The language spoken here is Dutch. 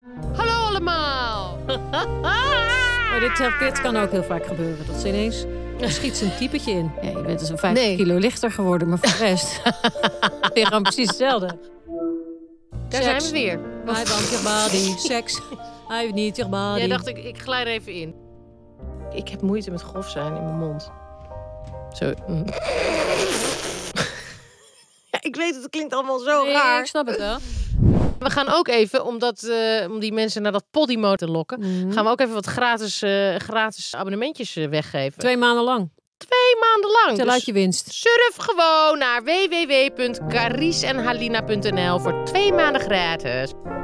allemaal. Maar dit, eh, dit kan ook heel vaak gebeuren. Dat ze ineens schiet ze een typetje in. Ja, je bent dus een 50 Nee. kilo lichter geworden, maar voor de rest... weer gewoon precies hetzelfde. Daar Seks. zijn we weer. I want your body, seks. I need your body. Jij dacht, ik, ik glijd er even in. Ik heb moeite met grof zijn in mijn mond. Zo. mm. ja, ik weet het, het klinkt allemaal zo Nee, raar. ik snap het wel. We gaan ook even, omdat, eh, om die mensen naar dat Podimo te lokken... gaan we ook even wat gratis, eh, gratis abonnementjes eh, weggeven. Twee, Twee maanden lang. maanden lang. Tel Dus uit je winst. surf gewoon naar www.cariesenhalina.nl voor twee maanden gratis.